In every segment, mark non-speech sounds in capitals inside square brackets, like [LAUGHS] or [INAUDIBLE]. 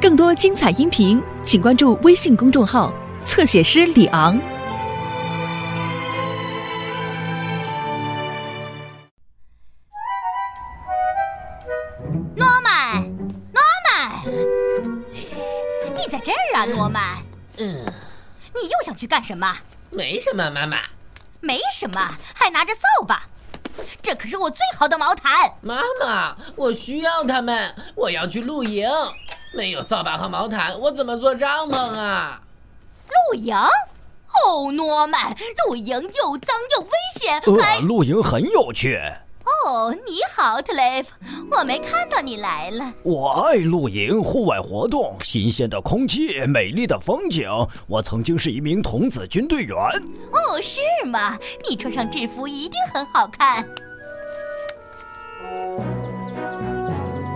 更多精彩音频，请关注微信公众号“侧写师李昂诺曼，诺曼，你在这儿啊，诺曼，嗯，你又想去干什么？没什么，妈妈。没什么，还拿着扫把，这可是我最好的毛毯。妈妈，我需要它们，我要去露营。没有扫把和毛毯，我怎么做帐篷啊？露营？哦，诺曼，露营又脏又危险，还呃，……露营很有趣，哦，你好特雷弗，我没看到你来了。我爱露营、户外活动、新鲜的空气、美丽的风景。我曾经是一名童子军队员。哦，是吗？你穿上制服一定很好看。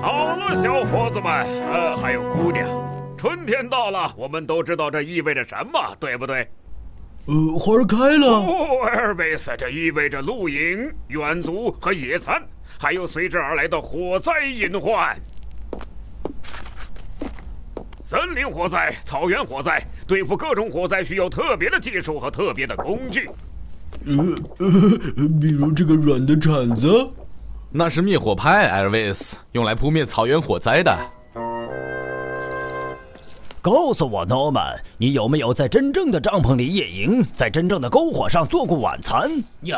好了，小伙子们，呃，还有姑娘，春天到了，我们都知道这意味着什么，对不对？呃，花儿开了，哦，艾尔维斯，这意味着露营、远足和野餐，还有随之而来的火灾隐患。森林火灾、草原火灾，对付各种火灾需要特别的技术和特别的工具。比如这个软的铲子。那是灭火拍，艾尔维斯，用来扑灭草原火灾的。告诉我，Norman，你有没有在真正的帐篷里野营，在真正的篝火上做过晚餐？ [LAUGHS] 有，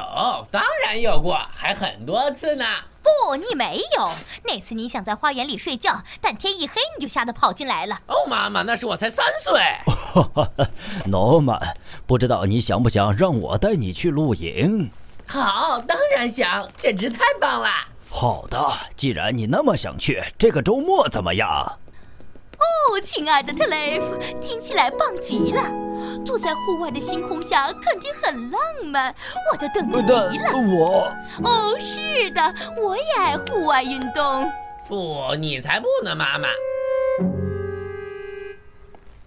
当然有过，还很多次呢。不，你没有。那次你想在花园里睡觉，但天一黑你就吓得跑进来了。哦，妈妈，那时我才三岁。哈哈哈，Norman，不知道你想不想让我带你去露营？好，当然想，简直太棒了。好的，既然你那么想去，这个周末怎么样？哦，亲爱的特雷弗，听起来棒极了！坐在户外的星空下肯定很浪漫，我都等不及了。呃我哦，是的，我也爱户外运动。不，你才不呢，妈妈。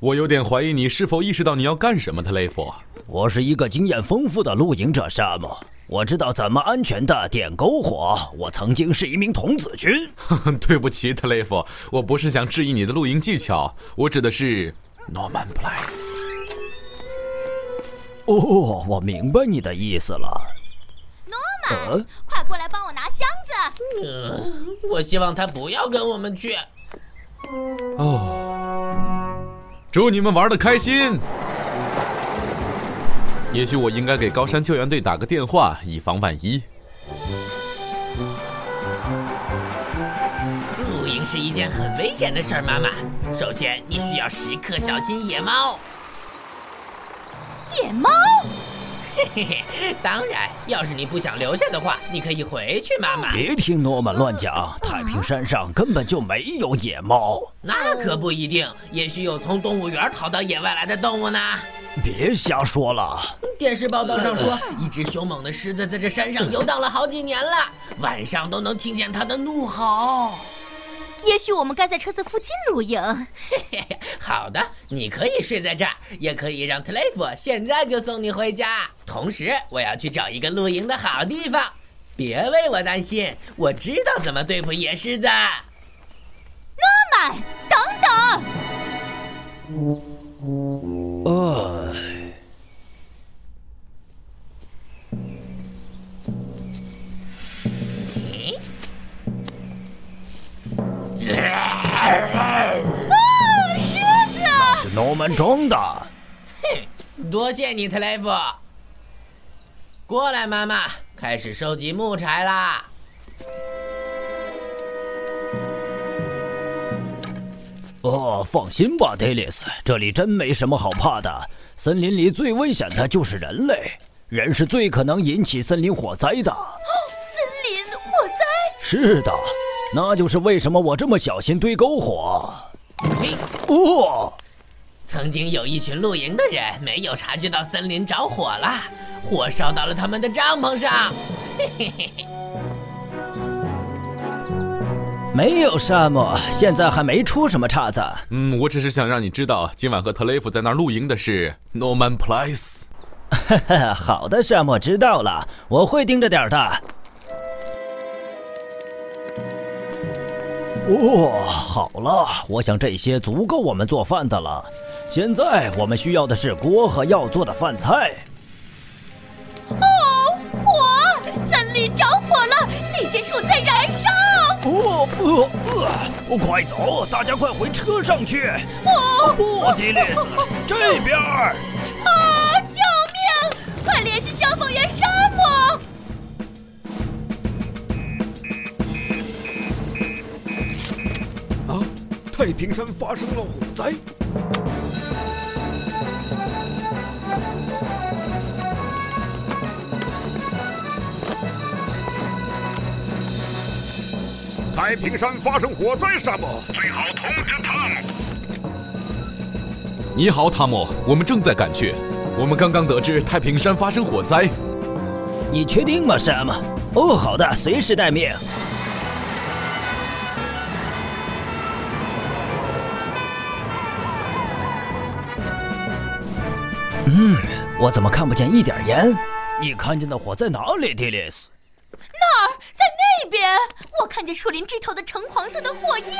我有点怀疑你是否意识到你要干什么，特雷弗。我是一个经验丰富的露营者，沙漠。我知道怎么安全的点篝火。我曾经是一名童子军。 [LAUGHS] [LAUGHS] 对不起，特雷弗，我不是想质疑你的露营技巧，我指的是诺曼普莱斯。哦，我明白你的意思了。诺曼，呃快过来帮我拿箱子。嗯，我希望他不要跟我们去。哦，祝你们玩的开心。也许我应该给高山救援队打个电话，以防万一。露营是一件很危险的事儿，妈妈。首先，你需要时刻小心野猫。野猫，嘿嘿，当然，要是你不想留下的话，你可以回去，妈妈。别听诺曼乱讲，太平山上根本就没有野猫。那可不一定，也许有从动物园逃到野外来的动物呢。别瞎说了。电视报道上说，一只凶猛的狮子在这山上游荡了好几年了，晚上都能听见它的怒吼。 [LAUGHS] 也许我们该在车子附近露营。哎嘿嘿，好的，你可以睡在这儿，也可以让特雷弗现在就送你回家。同时，我要去找一个露营的好地方。别为我担心，我知道怎么对付野狮子。诺曼，等等，呃，哦，狮子！是诺曼装的。多谢你，特雷弗。过来，妈妈，开始收集木柴啦。哦，放心吧，Dalis，这里真没什么好怕的。森林里最危险的就是人类，人是最可能引起森林火灾的。森林火灾，是的，那就是为什么我这么小心堆篝火。嘿，哦，曾经有一群露营的人没有察觉到森林着火了，火烧到了他们的帐篷上。没有沙漠，现在还没出什么岔子。 [LAUGHS] 嗯，我只是想让你知道，今晚和特雷弗在那儿露营的是诺曼普莱斯。好的，沙漠知道了，我会盯着点儿的。哦，好了，我想这些足够我们做饭的了。现在我们需要的是锅和要做的饭菜。哦，火！森林着火了，那些树在燃烧。哦，呃呃，快走，大家快回车上去！哦，不，迪丽斯，这边儿。啊！救命！快联系消防员山姆！啊！太平山发生了火灾，太平山发生火灾，山姆，最好通知汤姆。你好，汤姆，我们正在赶去。我们刚刚得知太平山发生火灾，你确定吗，Sam？哦，好的，随时待命。嗯，我怎么看不见一点烟？你看见的火在哪里 d i l i s 那儿，在那边，我看见树林枝头的橙黄色的火焰。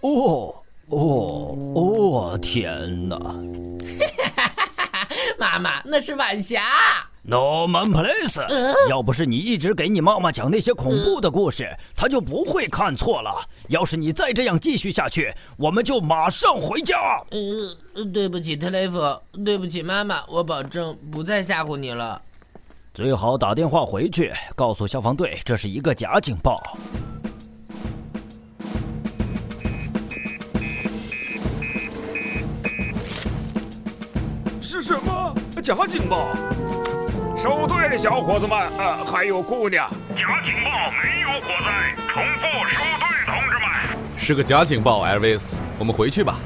哦哦哦！天哪妈妈，那是晚霞。 ！Norman Place，、要不是你一直给你妈妈讲那些恐怖的故事，她就不会看错了。要是你再这样继续下去，我们就马上回家。呃，对不起，特雷弗，对不起，妈妈，我保证不再吓唬你了。最好打电话回去，告诉消防队这是一个假警报。是什么？假警报！收队，小伙子们，啊，还有姑娘。假警报，没有火灾。重复，收队，同志们。是个假警报，Elvis。我们回去吧。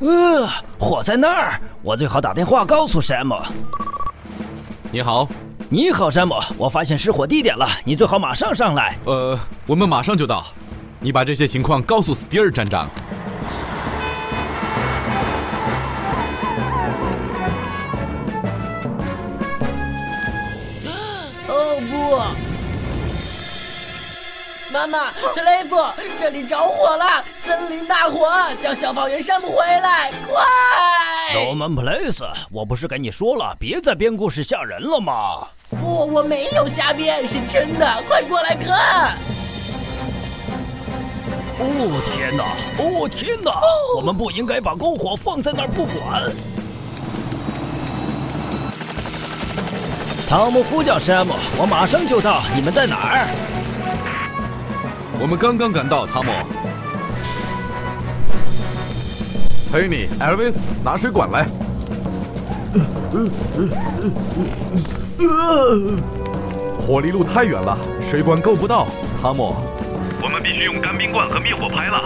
呃，火在那儿，我最好打电话告诉山姆。你好，你好，山姆，我发现失火地点了，你最好马上上来。呃，我们马上就到。你把这些情况告诉斯蒂尔站长。哦不！妈妈，特雷弗，这里着火了，森林大火，叫消防员山姆回来，快！ Norman Place，我不是跟你说了，别再编故事吓人了吗？不，我没有瞎编，是真的，快过来看！哦天哪！哦天哪！我们不应该把篝火放在那儿不管。汤姆呼叫山姆，我马上就到，你们在哪儿？我们刚刚赶到，汤姆。陪你，Elvis，拿水管来。火离路太远了，水管够不到。汤姆，我们必须用干冰罐和灭火牌了。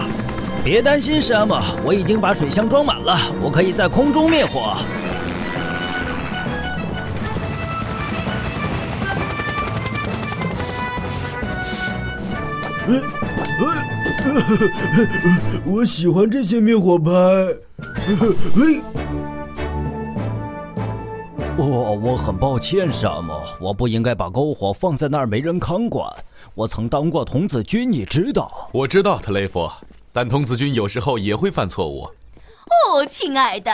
别担心，山姆，我已经把水箱装满了，我可以在空中灭火。我喜欢这些灭火牌。嘿，哦，我很抱歉，山姆，我不应该把篝火放在那儿没人看管。我曾当过童子军，你知道。我知道特雷弗，但童子军有时候也会犯错误。哦，亲爱的，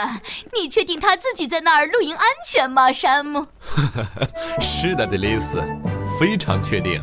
你确定他自己在那儿露营安全吗，山姆？是的，德丽斯，非常确定。